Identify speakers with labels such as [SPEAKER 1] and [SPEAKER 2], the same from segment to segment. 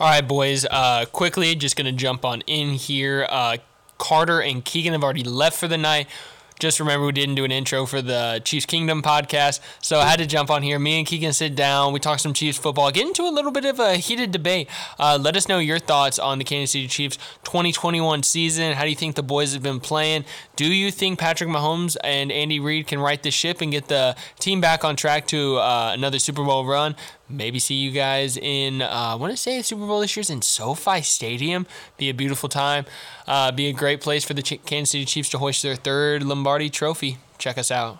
[SPEAKER 1] All right, boys. Uh, quickly, just gonna jump on in here. Uh, Carter and Keegan have already left for the night. Just remember, we didn't do an intro for the Chiefs Kingdom podcast, so I had to jump on here. Me and Keegan sit down. We talk some Chiefs football, get into a little bit of a heated debate. Uh, let us know your thoughts on the Kansas City Chiefs 2021 season. How do you think the boys have been playing? Do you think Patrick Mahomes and Andy Reid can right the ship and get the team back on track to uh, another Super Bowl run? Maybe see you guys in, uh, I want to say the Super Bowl this year's in SoFi Stadium. Be a beautiful time. Uh, be a great place for the Ch- Kansas City Chiefs to hoist their third Lombardi trophy. Check us out.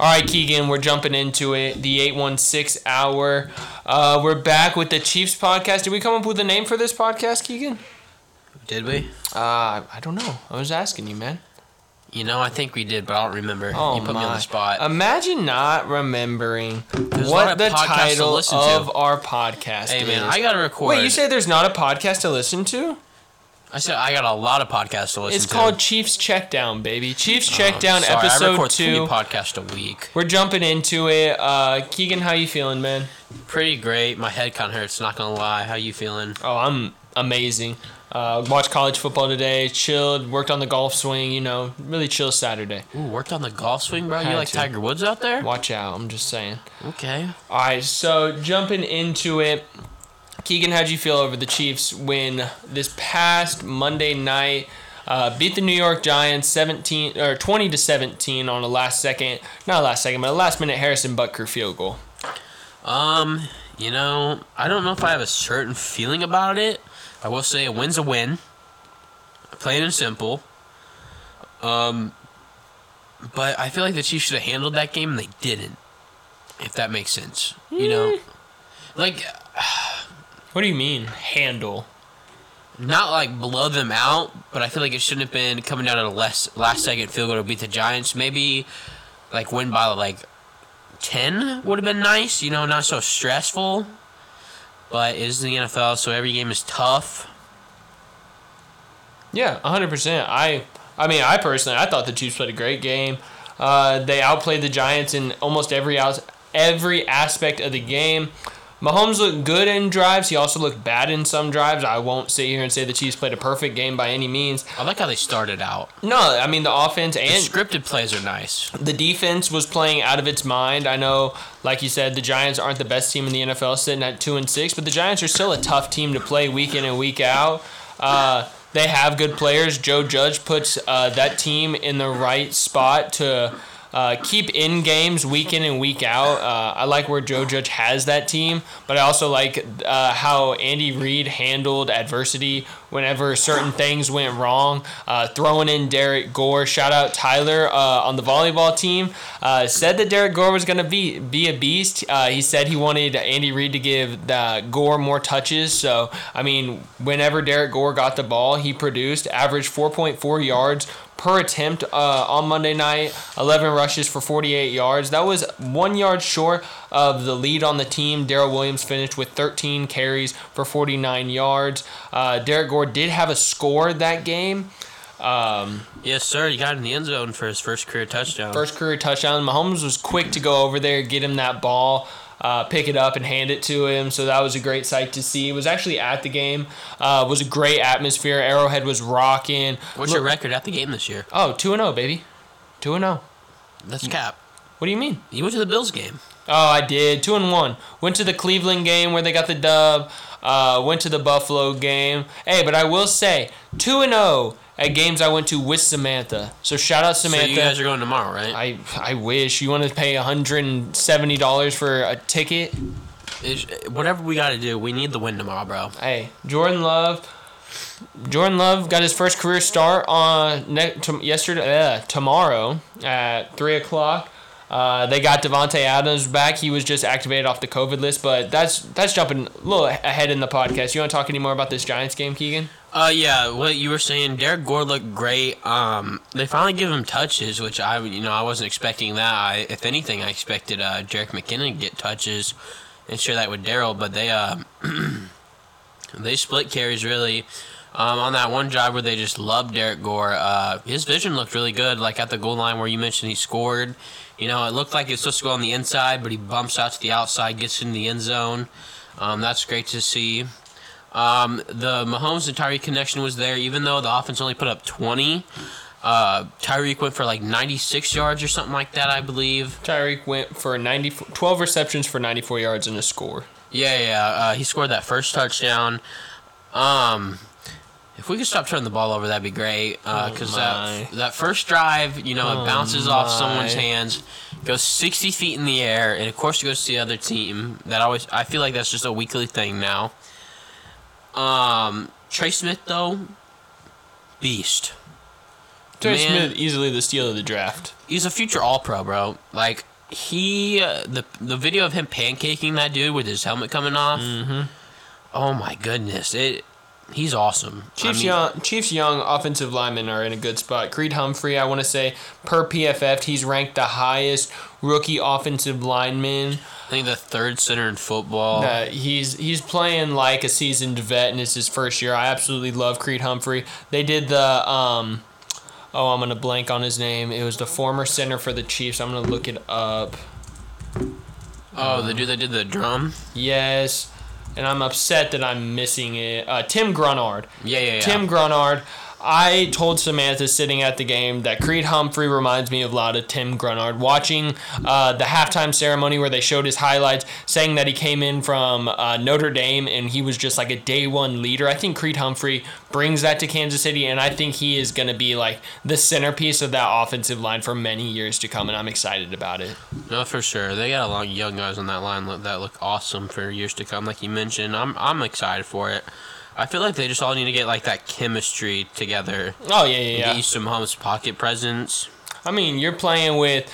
[SPEAKER 1] All right, Keegan, we're jumping into it. The 816 hour. Uh, we're back with the Chiefs podcast. Did we come up with a name for this podcast, Keegan?
[SPEAKER 2] Did we?
[SPEAKER 1] Uh, I don't know. I was asking you, man.
[SPEAKER 2] You know, I think we did, but I don't remember.
[SPEAKER 1] Oh
[SPEAKER 2] you put
[SPEAKER 1] my.
[SPEAKER 2] me on the spot.
[SPEAKER 1] Imagine not remembering
[SPEAKER 2] There's
[SPEAKER 1] what
[SPEAKER 2] not
[SPEAKER 1] the
[SPEAKER 2] a podcast to
[SPEAKER 1] title
[SPEAKER 2] listen to.
[SPEAKER 1] of our podcast
[SPEAKER 2] hey,
[SPEAKER 1] is.
[SPEAKER 2] man, I gotta record.
[SPEAKER 1] Wait, you say there's not a podcast to listen to?
[SPEAKER 2] I said I got a lot of podcasts to listen
[SPEAKER 1] It's
[SPEAKER 2] to.
[SPEAKER 1] called Chiefs Checkdown, baby. Chiefs
[SPEAKER 2] Oh,
[SPEAKER 1] Checkdown,
[SPEAKER 2] sorry, I
[SPEAKER 1] episode
[SPEAKER 2] record
[SPEAKER 1] two.
[SPEAKER 2] Three podcasts a week.
[SPEAKER 1] We're jumping into it. Uh, Keegan, how you feeling, man?
[SPEAKER 2] Pretty great. My head kind of hurts. Not gonna lie. How you feeling?
[SPEAKER 1] Oh, I'm amazing. Uh, watched college football today. Chilled. Worked on the golf swing. You know, really chill Saturday.
[SPEAKER 2] Ooh, worked on the golf swing, bro.
[SPEAKER 1] Had
[SPEAKER 2] You like
[SPEAKER 1] to.
[SPEAKER 2] Tiger Woods out there?
[SPEAKER 1] Watch out. I'm just saying.
[SPEAKER 2] Okay.
[SPEAKER 1] All right, so jumping into it, Keegan, how'd you feel over the Chiefs win this past Monday night? Uh, beat the New York Giants 17 or 20 to 17 on a last second, not a last second, but a last minute Harrison Butker field goal.
[SPEAKER 2] Um, you know, I don't know if I have a certain feeling about it. I will say a win's a win. Plain and simple. Um, but I feel like the Chiefs should have handled that game and they didn't. If that makes sense. You know? Like,
[SPEAKER 1] What do you mean handle?
[SPEAKER 2] not like blow them out, but I feel like it shouldn't have been coming down to the last last second field goal to beat the Giants. Maybe like win by like ten would have been nice. You know, not so stressful. But it is in the NFL, so every game is tough.
[SPEAKER 1] Yeah, 100%. I I mean, I personally I thought the Chiefs played a great game. Uh, they outplayed the Giants in almost every out, every aspect of the game. Mahomes looked good in drives. He also looked bad in some drives. I won't sit here and say the Chiefs played a perfect game by any means.
[SPEAKER 2] I like how they started out.
[SPEAKER 1] No, I mean the offense
[SPEAKER 2] The
[SPEAKER 1] and
[SPEAKER 2] scripted plays are nice.
[SPEAKER 1] the defense was playing out of its mind. I know, like you said, the Giants aren't the best team in the NFL, sitting at two and six, but the Giants are still a tough team to play week in and week out. Uh, they have good players. Joe Judge puts uh, that team in the right spot to. Uh, keep in games week in and week out. Uh, I like where Joe Judge has that team, but I also like uh, how Andy Reid handled adversity whenever certain things went wrong. Uh, throwing in Derek Gore, shout out Tyler uh, on the volleyball team, uh, said that Derek Gore was going to be be a beast. Uh, he said he wanted Andy Reid to give the Gore more touches. So I mean, whenever Derek Gore got the ball, he produced, averaged 4.4 yards per attempt uh, on Monday night. 11 rushes for 48 yards. That was one yard short of the lead on the team. Daryl Williams finished with 13 carries for 49 yards. Uh, Derek Gore did have a score that game. Um,
[SPEAKER 2] Yes, sir. He got in the end zone for his first career touchdown.
[SPEAKER 1] first career touchdown. Mahomes was quick to go over there, get him that ball. Uh, pick it up and hand it to him. So that was a great sight to see. Was actually at the game. Uh, was a great atmosphere. Arrowhead was rocking.
[SPEAKER 2] What's your record at the game this year?
[SPEAKER 1] Oh, 2 0, baby. 2 0.
[SPEAKER 2] That's cap.
[SPEAKER 1] What do you mean?
[SPEAKER 2] You went to the Bills game.
[SPEAKER 1] Oh, I did. Two and one. Went to the Cleveland game where they got the dub. Uh, went to the Buffalo game. Hey, but I will say two and zero at games I went to with Samantha. So shout out
[SPEAKER 2] So
[SPEAKER 1] Samantha.
[SPEAKER 2] you guys are going tomorrow, right?
[SPEAKER 1] I I wish you want to pay hundred and seventy dollars for a ticket.
[SPEAKER 2] Is- whatever we got to do, we need the win tomorrow, bro.
[SPEAKER 1] Hey, Jordan Love. Jordan Love got his first career start on ne- to- yesterday, uh, tomorrow at three o'clock. Uh, they got Devonte Adams back. He was just activated off the COVID list, but that's that's jumping a little ahead in the podcast. You want to talk any more about this Giants game, Keegan?
[SPEAKER 2] Uh, yeah, what you were saying, Derek Gore looked great. Um, they finally give him touches, which I, you know, I wasn't expecting that. I, if anything, I expected uh, Jarek McKinnon to get touches and share that with Daryl, but they, uh, they split carries really. Um, on that one drive where they just loved Derek Gore, uh, his vision looked really good. Like at the goal line where you mentioned he scored, you know, it looked like he was supposed to go on the inside, but he bumps out to the outside, gets in the end zone. Um, that's great to see. Um, the Mahomes and Tyreek connection was there, even though the offense only put up 20. Uh, Tyreek went for like 96 yards or something like that, I believe.
[SPEAKER 1] Tyreek went for 90, 12 receptions for 94 yards and a score.
[SPEAKER 2] Yeah, yeah. Uh, he scored that first touchdown. Um, if we could stop turning the ball over, that'd be great. Because
[SPEAKER 1] Oh, my.
[SPEAKER 2] that that first drive, you know,
[SPEAKER 1] Oh,
[SPEAKER 2] it bounces off
[SPEAKER 1] my.
[SPEAKER 2] someone's hands, goes 60 feet in the air, and of course it goes to the other team. That always, I feel like that's just a weekly thing now. Um, Trey Smith though, beast.
[SPEAKER 1] Terry
[SPEAKER 2] Man.
[SPEAKER 1] Smith easily the steal of the draft.
[SPEAKER 2] He's a future All Pro, bro. Like he, uh, the the video of him pancaking that dude with his helmet coming off.
[SPEAKER 1] Mm-hmm.
[SPEAKER 2] Oh my goodness, it. He's awesome. I
[SPEAKER 1] Chiefs
[SPEAKER 2] mean-
[SPEAKER 1] young Chiefs young offensive linemen are in a good spot. Creed Humphrey, I want to say per PFF, he's ranked the highest rookie offensive lineman.
[SPEAKER 2] I think the third center in football.
[SPEAKER 1] Uh, he's he's playing like a seasoned vet, and it's his first year. I absolutely love Creed Humphrey. They did the um, oh, I'm gonna blank on his name. It was the former center for the Chiefs. I'm gonna look it up.
[SPEAKER 2] oh, the dude that did the drum.
[SPEAKER 1] Yes, and I'm upset that I'm missing it. Uh, Tim Grunard.
[SPEAKER 2] Yeah, yeah, yeah.
[SPEAKER 1] Tim Grunard. I told Samantha sitting at the game that Creed Humphrey reminds me a lot of Tim Grunard. Watching uh, the halftime ceremony where they showed his highlights, saying that he came in from uh, Notre Dame and he was just like a day one leader. I think Creed Humphrey brings that to Kansas City, and I think he is going to be like the centerpiece of that offensive line for many years to come, and I'm excited about it.
[SPEAKER 2] No, for sure. They got a lot of young guys on that line lo- that look awesome for years to come. Like you mentioned, I'm I'm excited for it. I feel like they just all need to get like that chemistry together.
[SPEAKER 1] Oh, yeah, yeah, yeah.
[SPEAKER 2] Get you some Mahomes pocket presence.
[SPEAKER 1] I mean, you're playing with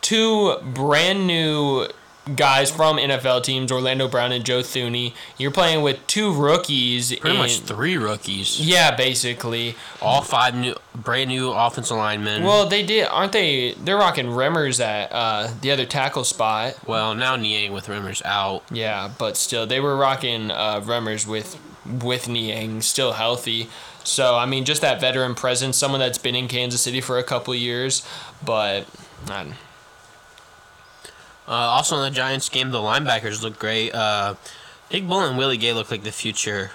[SPEAKER 1] two brand new guys from NFL teams, Orlando Brown and Joe Thuney. You're playing with two rookies.
[SPEAKER 2] Pretty much
[SPEAKER 1] in-
[SPEAKER 2] three rookies,
[SPEAKER 1] yeah, basically.
[SPEAKER 2] all five new, brand new offensive linemen. Well,
[SPEAKER 1] Well, they did, aren't they? They're rocking Remmers at uh, the other tackle spot.
[SPEAKER 2] now Niang with Rimmers out.
[SPEAKER 1] Yeah, but still, they were rocking uh, Remmers with with Niang still healthy. So I mean, just that veteran presence, someone that's been in Kansas City for a couple years, but I don't-
[SPEAKER 2] Uh, also in the Giants game, the linebackers look great. Uh, Big Bull and Willie Gay look like the future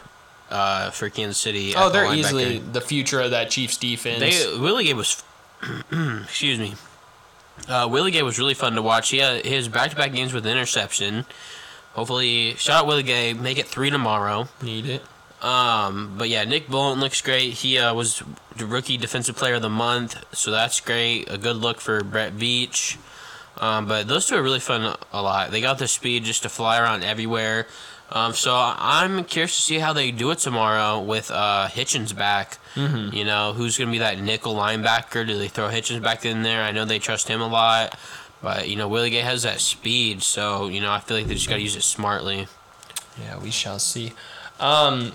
[SPEAKER 2] uh, for Kansas City. at
[SPEAKER 1] oh,
[SPEAKER 2] the
[SPEAKER 1] they're
[SPEAKER 2] linebacker.
[SPEAKER 1] easily the future of that Chiefs defense.
[SPEAKER 2] They Willie Gay was, excuse me, uh, Willie Gay was really fun to watch. He had his back-to-back games with interception. Hopefully, shout out Willie Gay. Make it three tomorrow.
[SPEAKER 1] Need it.
[SPEAKER 2] Um, but yeah, Nick Bolton looks great. He uh, was the rookie defensive player of the month, so that's great. A good look for Brett Beach. Um, but those two are really fun a lot. They got the speed just to fly around everywhere. Um, so I'm curious to see how they do it tomorrow with uh, Hitchens back. You know, who's going to be that nickel linebacker? Do they throw Hitchens back in there? I know they trust him a lot. But, you know, Willie Gay has that speed. So, you know, I feel like they just got to use it smartly.
[SPEAKER 1] Yeah, we shall see. Um,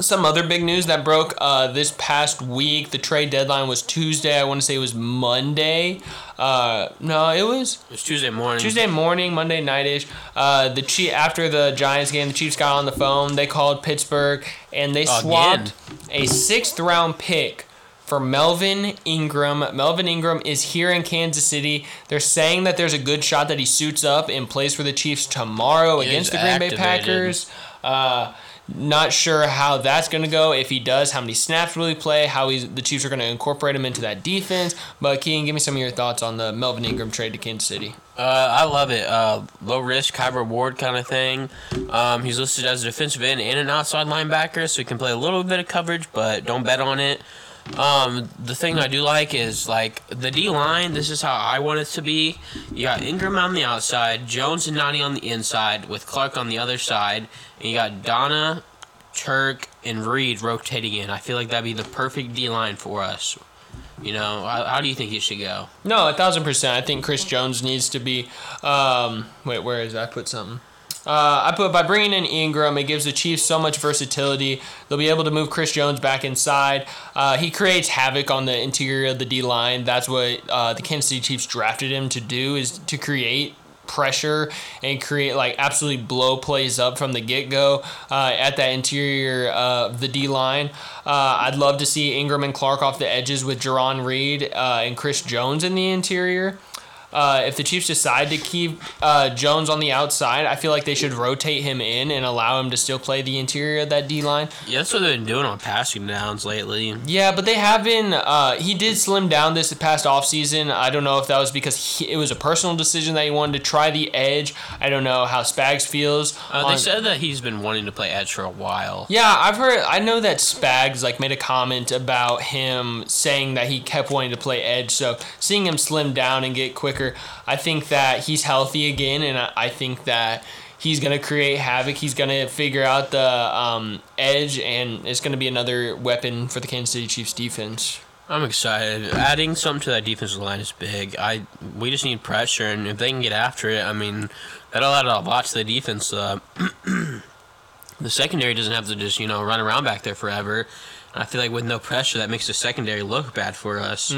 [SPEAKER 1] some other big news that broke uh, this past week. The trade deadline was Tuesday. I want to say it was Monday. Uh, no, it was
[SPEAKER 2] It's Tuesday morning.
[SPEAKER 1] Tuesday morning, Monday nightish. Uh, the Chief after the Giants game, the Chiefs got on the phone. They called Pittsburgh and they swapped a sixth round pick for Melvin Ingram. Melvin Ingram is here in Kansas City. They're saying that there's a good shot that he suits up and plays for the Chiefs tomorrow
[SPEAKER 2] He
[SPEAKER 1] against
[SPEAKER 2] is
[SPEAKER 1] the Green Bay
[SPEAKER 2] activated.
[SPEAKER 1] Packers. Uh, not sure how that's going to go. If he does, how many snaps will he play? How he's, the Chiefs are going to incorporate him into that defense. But Keegan, give me some of your thoughts on the Melvin Ingram trade to Kansas City.
[SPEAKER 2] Uh, I love it. Uh, low risk, high reward kind of thing. Um, he's listed as a defensive end and an outside linebacker, so he can play a little bit of coverage, but don't bet on it. Um, the thing I do like is like the D line. This is how I want it to be. You got Ingram on the outside, Jones and Nani on the inside, with Clark on the other side, and you got Donna, Turk, and Reed rotating in. I feel like that'd be the perfect D line for us. You know, how, how do you think it should go?
[SPEAKER 1] No, a thousand percent. I think Chris Jones needs to be. Um, wait, where is I put something? Uh, I put by bringing in Ingram, it gives the Chiefs so much versatility. They'll be able to move Chris Jones back inside. Uh, he creates havoc on the interior of the D line. That's what uh, the Kansas City Chiefs drafted him to do is to create pressure and create like absolutely blow plays up from the get go uh, at that interior uh, of the D line. Uh, I'd love to see Ingram and Clark off the edges with Jerron Reed uh, and Chris Jones in the interior. Uh, if the Chiefs decide to keep uh, Jones on the outside, I feel like they should rotate him in and allow him to still play the interior of that D line.
[SPEAKER 2] Yeah, that's what they've been doing on passing downs lately.
[SPEAKER 1] Yeah, but they have been. Uh, he did slim down this past offseason. I don't know if that was because he, it was a personal decision that he wanted to try the edge. I don't know how Spags feels.
[SPEAKER 2] Uh, they
[SPEAKER 1] on-
[SPEAKER 2] said that he's been wanting to play edge for a while.
[SPEAKER 1] yeah, I've heard. I know that Spags like made a comment about him saying that he kept wanting to play edge. So seeing him slim down and get quicker, I think that he's healthy again, and I, I think that he's gonna create havoc. He's gonna figure out the um, edge, and it's gonna be another weapon for the Kansas City Chiefs defense.
[SPEAKER 2] I'm excited. Adding something to that defensive line is big. I we just need pressure, and if they can get after it, I mean, that'll add a lot to the defense. Uh, the secondary doesn't have to just you know run around back there forever. And I feel like with no pressure, that makes the secondary look bad for us.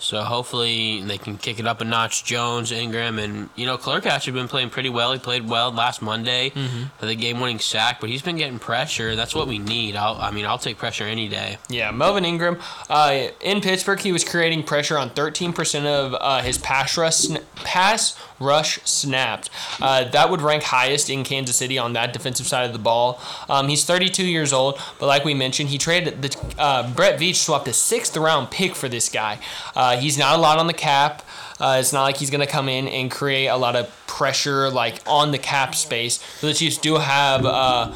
[SPEAKER 2] So hopefully they can kick it up a notch. Jones, Ingram, and you know Clark actually been playing pretty well. He played well last Monday for the game-winning sack, but he's been getting pressure. That's what we need. I'll, I mean, I'll take pressure any day.
[SPEAKER 1] Yeah, Melvin Ingram uh, in Pittsburgh, he was creating pressure on 13% of uh, his pass rush, sna- pass rush snapped. Uh, that would rank highest in Kansas City on that defensive side of the ball. Um, he's 32 years old, but like we mentioned, he traded the uh, Brett Veach swapped a sixth round pick for this guy. Uh, he's not a lot on the cap. Uh, it's not like he's going to come in and create a lot of pressure like on the cap space. So the Chiefs do have. Uh,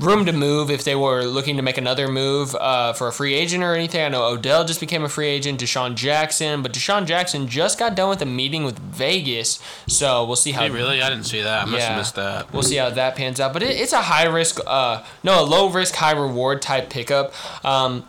[SPEAKER 1] room to move if they were looking to make another move uh, for a free agent or anything. I know Odell just became a free agent, Deshaun Jackson, but Deshaun Jackson just got done with a meeting with Vegas, so we'll see how.
[SPEAKER 2] Hey, really? I didn't see that. I must
[SPEAKER 1] Yeah.
[SPEAKER 2] have missed that.
[SPEAKER 1] We'll see how that pans out, but it, it's a high risk, uh, no, a low risk, high reward type pickup. Um,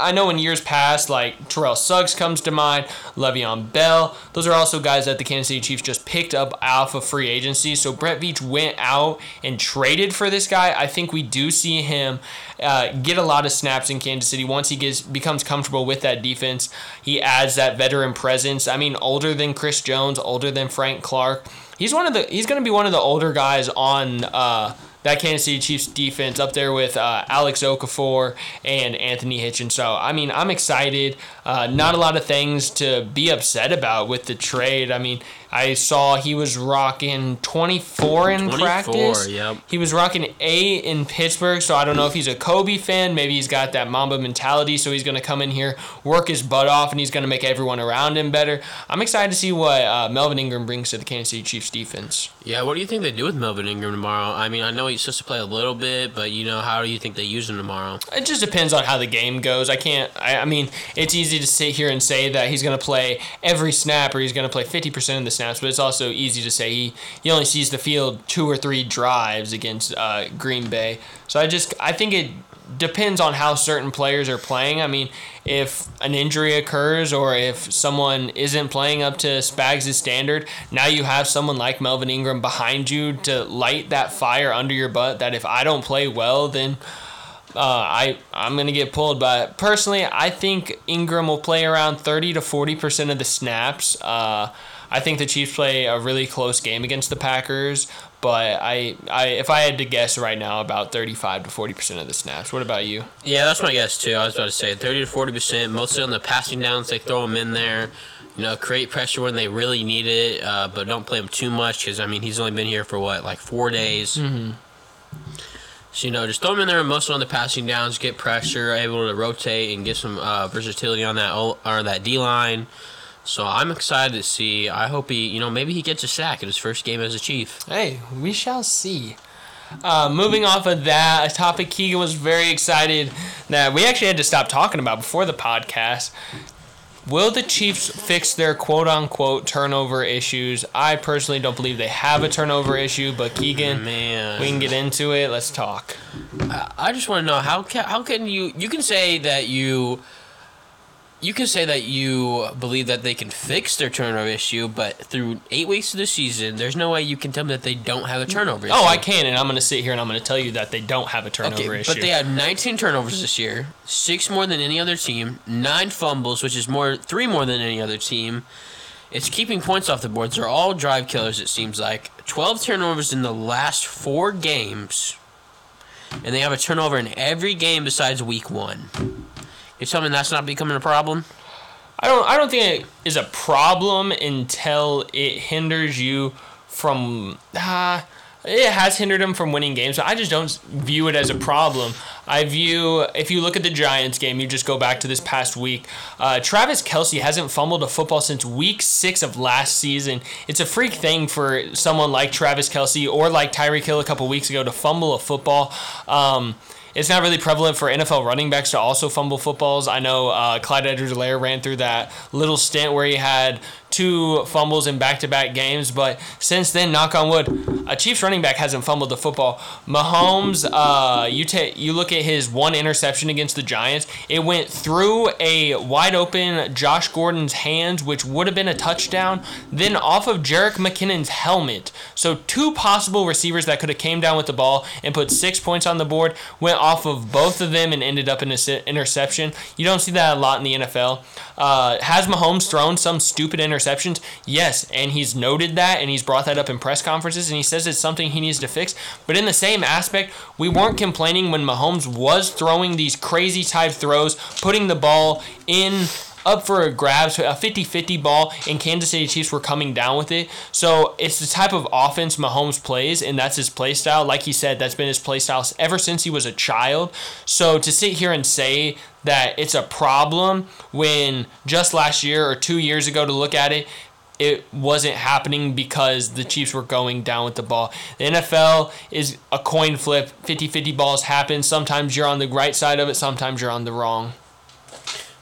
[SPEAKER 1] I know in years past, like Terrell Suggs comes to mind, Le'Veon Bell. Those are also guys that the Kansas City Chiefs just picked up off of free agency. So Brett Veach went out and traded for this guy. I think we do see him uh, get a lot of snaps in Kansas City once he gets becomes comfortable with that defense. He adds that veteran presence. I mean, older than Chris Jones, older than Frank Clark. He's one of the. He's going to be one of the older guys on. Uh, that Kansas City Chiefs defense up there with uh, Alex Okafor and Anthony Hitchens. So, I mean, I'm excited. Uh, not a lot of things to be upset about with the trade. I mean, I saw he was rocking 24 in
[SPEAKER 2] 24,
[SPEAKER 1] practice.
[SPEAKER 2] yep.
[SPEAKER 1] He was rocking eight in Pittsburgh, so I don't know if he's a Kobe fan. Maybe he's got that Mamba mentality, so he's going to come in here, work his butt off, and he's going to make everyone around him better. I'm excited to see what uh, Melvin Ingram brings to the Kansas City Chiefs defense.
[SPEAKER 2] Yeah, what do you think they do with Melvin Ingram tomorrow? I mean, I know he's supposed to play a little bit, but you know, how do you think they use him tomorrow?
[SPEAKER 1] It just depends on how the game goes. I can't. I, I mean, it's easy to sit here and say that he's going to play every snap or he's going to play fifty percent of the snaps, but it's also easy to say he, he only sees the field two or three drives against uh, Green Bay. So I just I think it depends on how certain players are playing. I mean, if an injury occurs or if someone isn't playing up to Spags' standard, now you have someone like Melvin Ingram behind you to light that fire under your butt. That if I don't play well, then uh, I I'm gonna get pulled, but personally, I think Ingram will play around thirty to forty percent of the snaps. Uh, I think the Chiefs play a really close game against the Packers, but I, I if I had to guess right now, about thirty five to forty percent of the snaps. What about you?
[SPEAKER 2] Yeah, that's my guess too. I was about to say 30 to 40 percent, mostly on the passing downs. They throw him in there, you know, create pressure when they really need it, uh, but don't play him too much because I mean, he's only been here for what, like four days. Mm-hmm. So you know, just throw him in there, mostly on the passing downs, get pressure, able to rotate and get some uh, versatility on that o- or that D line. So I'm excited to see. I hope he, you know, maybe he gets a sack in his first game as a Chief.
[SPEAKER 1] Hey, we shall see. Uh, moving off of that, a topic Keegan was very excited that we actually had to stop talking about before the podcast. Will the Chiefs fix their quote unquote turnover issues? I personally don't believe they have a turnover issue, but Keegan,
[SPEAKER 2] Man,
[SPEAKER 1] we can get into it. Let's talk.
[SPEAKER 2] I just want to know how can how can you you can say that you you can say that you believe that they can fix their turnover issue, but through eight weeks of the season, there's no way you can tell me that they don't have a turnover issue.
[SPEAKER 1] Oh, I can, and I'm going to sit here and I'm going to tell you that they don't have a turnover
[SPEAKER 2] Okay,
[SPEAKER 1] issue.
[SPEAKER 2] but they had 19 turnovers this year, six more than any other team, nine fumbles, which is more three more than any other team, It's keeping points off the boards. They're all drive killers, it seems like. 12 turnovers in the last four games. And they have a turnover in every game besides week one. You tell me that's not becoming a problem?
[SPEAKER 1] I don't I don't think it is a problem until it hinders you from uh, it has hindered him from winning games. So I just don't view it as a problem. I view if you look at the Giants game, you just go back to this past week. Uh, Travis Kelsey hasn't fumbled a football since week six of last season. It's a freak thing for someone like Travis Kelsey or like Tyreek Hill a couple weeks ago to fumble a football. Um, it's not really prevalent for NFL running backs to also fumble footballs. I know uh, Clyde edwards helaire ran through that little stint where he had two fumbles in back-to-back games, but since then, knock on wood, a Chiefs running back hasn't fumbled the football. Mahomes, uh, you ta- you look at his one interception against the Giants. It went through a wide open Josh Gordon's hands, which would have been a touchdown, then off of Jarek McKinnon's helmet. So two possible receivers that could have came down with the ball and put six points on the board went off of both of them and ended up in an interception. You don't see that a lot in the NFL. Uh, has Mahomes thrown some stupid interceptions? Yes, and he's noted that and he's brought that up in press conferences and he says it's something he needs to fix. But in the same aspect, we weren't complaining when Mahomes was throwing these crazy type throws, putting the ball in up for a grab, so a 50-50 ball, and Kansas City Chiefs were coming down with it. So it's the type of offense Mahomes plays, and that's his play style. Like he said, that's been his play style ever since he was a child. So to sit here and say that it's a problem when just last year or two years ago to look at it, it wasn't happening because the Chiefs were going down with the ball. The NFL is a coin flip. 50-50 balls happen. Sometimes you're on the right side of it, sometimes you're on the wrong.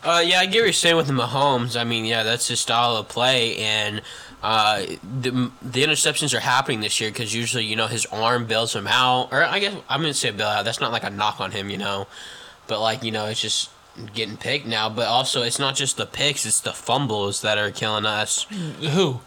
[SPEAKER 2] Uh, yeah, I get what you're saying with the Mahomes. I mean, yeah, that's his style of play, and uh, the the interceptions are happening this year because usually, you know, his arm bails him out, or I guess I'm gonna say bail out. That's not like a knock on him, you know, but like you know, it's just getting picked now. But also, it's not just the picks; it's the fumbles that are killing us.
[SPEAKER 1] Who?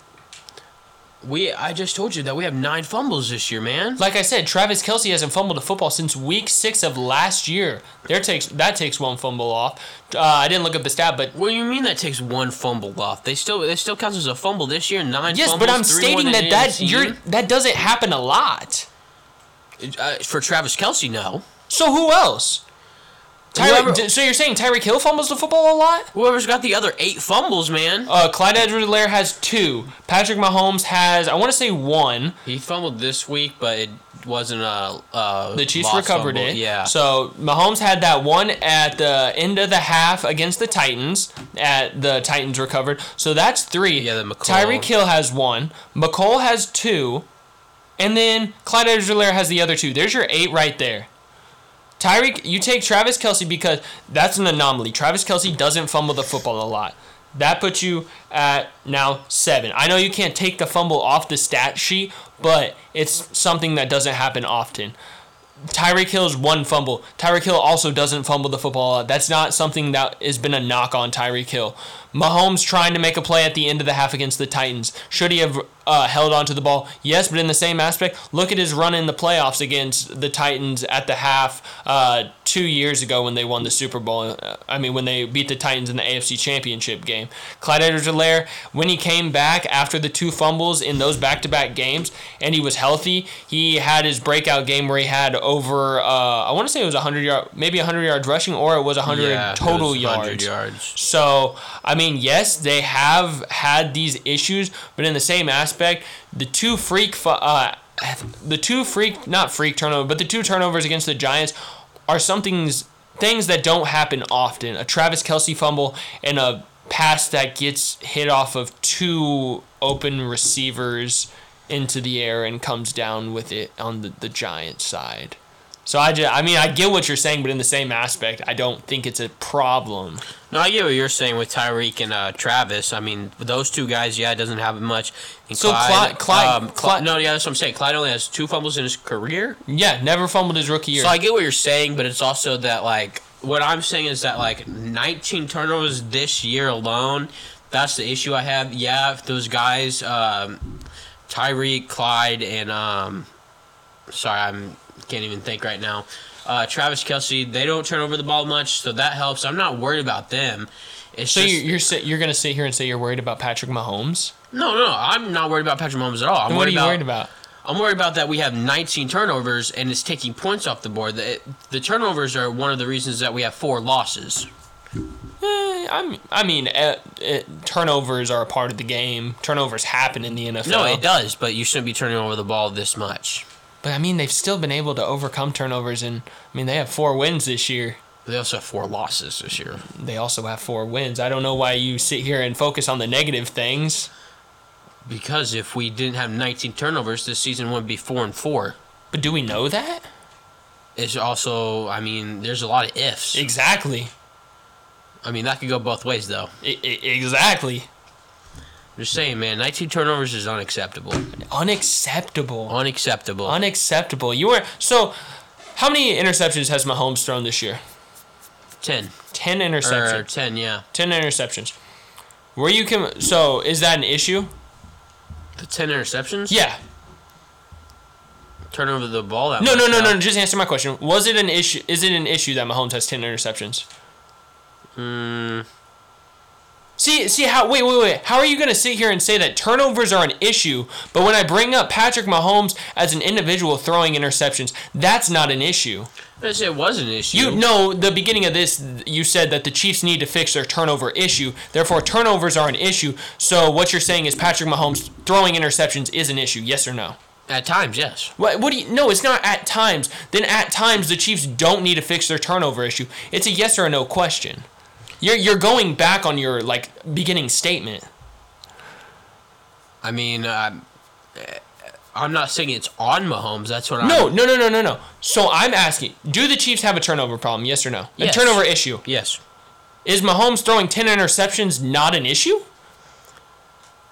[SPEAKER 2] We I just told you that we have nine fumbles this year, man.
[SPEAKER 1] Like I said, Travis Kelsey hasn't fumbled a football since week six of last year. There takes that takes one fumble off. Uh, I didn't look up the stat, but
[SPEAKER 2] What do you mean that takes one fumble off? They still it still counts as a fumble this year. Nine.
[SPEAKER 1] yes,
[SPEAKER 2] fumbles,
[SPEAKER 1] but I'm
[SPEAKER 2] three
[SPEAKER 1] stating
[SPEAKER 2] more
[SPEAKER 1] that
[SPEAKER 2] than
[SPEAKER 1] that
[SPEAKER 2] any
[SPEAKER 1] you're,
[SPEAKER 2] other
[SPEAKER 1] that doesn't happen a lot.
[SPEAKER 2] team. uh, for Travis Kelsey. No,
[SPEAKER 1] So who else?
[SPEAKER 2] Whoever-
[SPEAKER 1] Tyreek, d- so you're saying Tyreek Hill fumbles the football a lot?
[SPEAKER 2] whoever's got the other eight fumbles, man.
[SPEAKER 1] Uh, Clyde Edwards-Helaire has two. Patrick Mahomes has I want to say one.
[SPEAKER 2] He fumbled this week, but it wasn't a. Uh,
[SPEAKER 1] The Chiefs
[SPEAKER 2] lost
[SPEAKER 1] recovered
[SPEAKER 2] fumble.
[SPEAKER 1] it.
[SPEAKER 2] Yeah.
[SPEAKER 1] So Mahomes had that one at the end of the half against the Titans. At the Titans recovered. So that's three.
[SPEAKER 2] Yeah, the McCall.
[SPEAKER 1] Tyreek Hill has one. McColl has two. And then Clyde Edwards-Helaire has the other two. There's your eight right there. Tyreek, you take Travis Kelsey because that's an anomaly. Travis Kelsey doesn't fumble the football a lot. That puts you at now seven. I know you can't take the fumble off the stat sheet, but it's something that doesn't happen often. Tyreek Hill's one fumble. Tyreek Hill also doesn't fumble the football. a lot. That's not something that has been a knock on Tyreek Hill. Mahomes trying to make a play at the end of the half against the Titans. Should he have uh, held on to the ball? Yes, but in the same aspect, look at his run in the playoffs against the Titans at the half uh, two years ago when they won the Super Bowl. Uh, I mean, when they beat the Titans in the AFC Championship game. Clyde Edwards-Helaire, when he came back after the two fumbles in those back-to-back games, and he was healthy, he had his breakout game where he had over, uh, I want to say it was 100 yard, maybe 100 yards rushing, or it was 100
[SPEAKER 2] Yeah, it
[SPEAKER 1] total
[SPEAKER 2] was 100
[SPEAKER 1] yards.
[SPEAKER 2] yards.
[SPEAKER 1] So, I mean, yes, they have had these issues, but in the same aspect, the two freak, fu- uh, the two freak, not freak turnover, but the two turnovers against the Giants are something's things that don't happen often. A Travis Kelsey fumble and a pass that gets hit off of two open receivers into the air and comes down with it on the, the Giants side. So I just, I mean, I get what you're saying, but in the same aspect, I don't think it's a problem.
[SPEAKER 2] No, I get what you're saying with Tyreek and uh, Travis. I mean, those two guys, yeah, it doesn't happen much. And um,
[SPEAKER 1] So Clyde- Clyde-
[SPEAKER 2] Clyde-
[SPEAKER 1] Clyde-
[SPEAKER 2] No, yeah, that's what I'm saying. Clyde only has two fumbles in his career.
[SPEAKER 1] Yeah, never fumbled his rookie year.
[SPEAKER 2] So I get what you're saying, but it's also that like what I'm saying is that like 19 turnovers this year alone. That's the issue I have. Yeah, if those guys, um, Tyreek, Clyde, and um, sorry, I'm can't even think right now. Uh, Travis Kelsey, they don't turn over the ball much, so that helps. I'm not worried about them. It's
[SPEAKER 1] So
[SPEAKER 2] just,
[SPEAKER 1] you're you're, sit, you're gonna sit here and say you're worried about Patrick Mahomes?
[SPEAKER 2] no, no, no. I'm not worried about Patrick Mahomes at all. I'm
[SPEAKER 1] Then what are
[SPEAKER 2] worried
[SPEAKER 1] you
[SPEAKER 2] about,
[SPEAKER 1] worried about?
[SPEAKER 2] I'm worried about that we have 19 turnovers and it's taking points off the board. The, the turnovers are one of the reasons that we have four losses.
[SPEAKER 1] Eh, I'm, I mean, eh, eh, turnovers are a part of the game. Turnovers happen in the NFL.
[SPEAKER 2] No, it does, but you shouldn't be turning over the ball this much.
[SPEAKER 1] But I mean, they've still been able to overcome turnovers, and I mean, they have four wins this year.
[SPEAKER 2] They also have four losses this year.
[SPEAKER 1] They also have four wins. I don't know why you sit here and focus on the negative things.
[SPEAKER 2] Because if we didn't have 19 turnovers, this season would be four and four.
[SPEAKER 1] But do we know that
[SPEAKER 2] It's also, I mean, there's a lot of ifs.
[SPEAKER 1] exactly?
[SPEAKER 2] I mean, that could go both ways, though.
[SPEAKER 1] I- I- E, exactly.
[SPEAKER 2] Just saying, man, 19 turnovers is unacceptable.
[SPEAKER 1] Unacceptable.
[SPEAKER 2] Unacceptable.
[SPEAKER 1] Unacceptable. You were so. How many interceptions has Mahomes thrown this year?
[SPEAKER 2] 10.
[SPEAKER 1] Ten
[SPEAKER 2] Or
[SPEAKER 1] interceptions.
[SPEAKER 2] 10, yeah.
[SPEAKER 1] Ten interceptions. Were you com- so? Is that an issue?
[SPEAKER 2] The 10 interceptions?
[SPEAKER 1] Yeah.
[SPEAKER 2] Turn over the ball that
[SPEAKER 1] No,
[SPEAKER 2] much,
[SPEAKER 1] no, no,
[SPEAKER 2] yeah.
[SPEAKER 1] no. Just answer my question. Was it an issue? Is it an issue that Mahomes has ten interceptions?
[SPEAKER 2] Mm,
[SPEAKER 1] See, see how? Wait, wait, wait. How are you gonna sit here and say that turnovers are an issue, but when I bring up Patrick Mahomes as an individual throwing interceptions, that's not an issue.
[SPEAKER 2] I said it was an issue.
[SPEAKER 1] You know, the beginning of this, you said that the Chiefs need to fix their turnover issue. Therefore, turnovers are an issue. So what you're saying is Patrick Mahomes throwing interceptions is an issue. Yes or no?
[SPEAKER 2] At times, yes.
[SPEAKER 1] What, what do you? No, it's not at times. Then at times the Chiefs don't need to fix their turnover issue. It's a yes or a no question. You're you're going back on your like beginning statement.
[SPEAKER 2] I mean, I'm, I'm not saying it's on Mahomes. That's what
[SPEAKER 1] No,
[SPEAKER 2] I'm.
[SPEAKER 1] no, no, no, no, no. So I'm asking: Do the Chiefs have a turnover problem? Yes or no? A
[SPEAKER 2] Yes.
[SPEAKER 1] turnover issue.
[SPEAKER 2] Yes.
[SPEAKER 1] Is Mahomes throwing ten interceptions not an issue?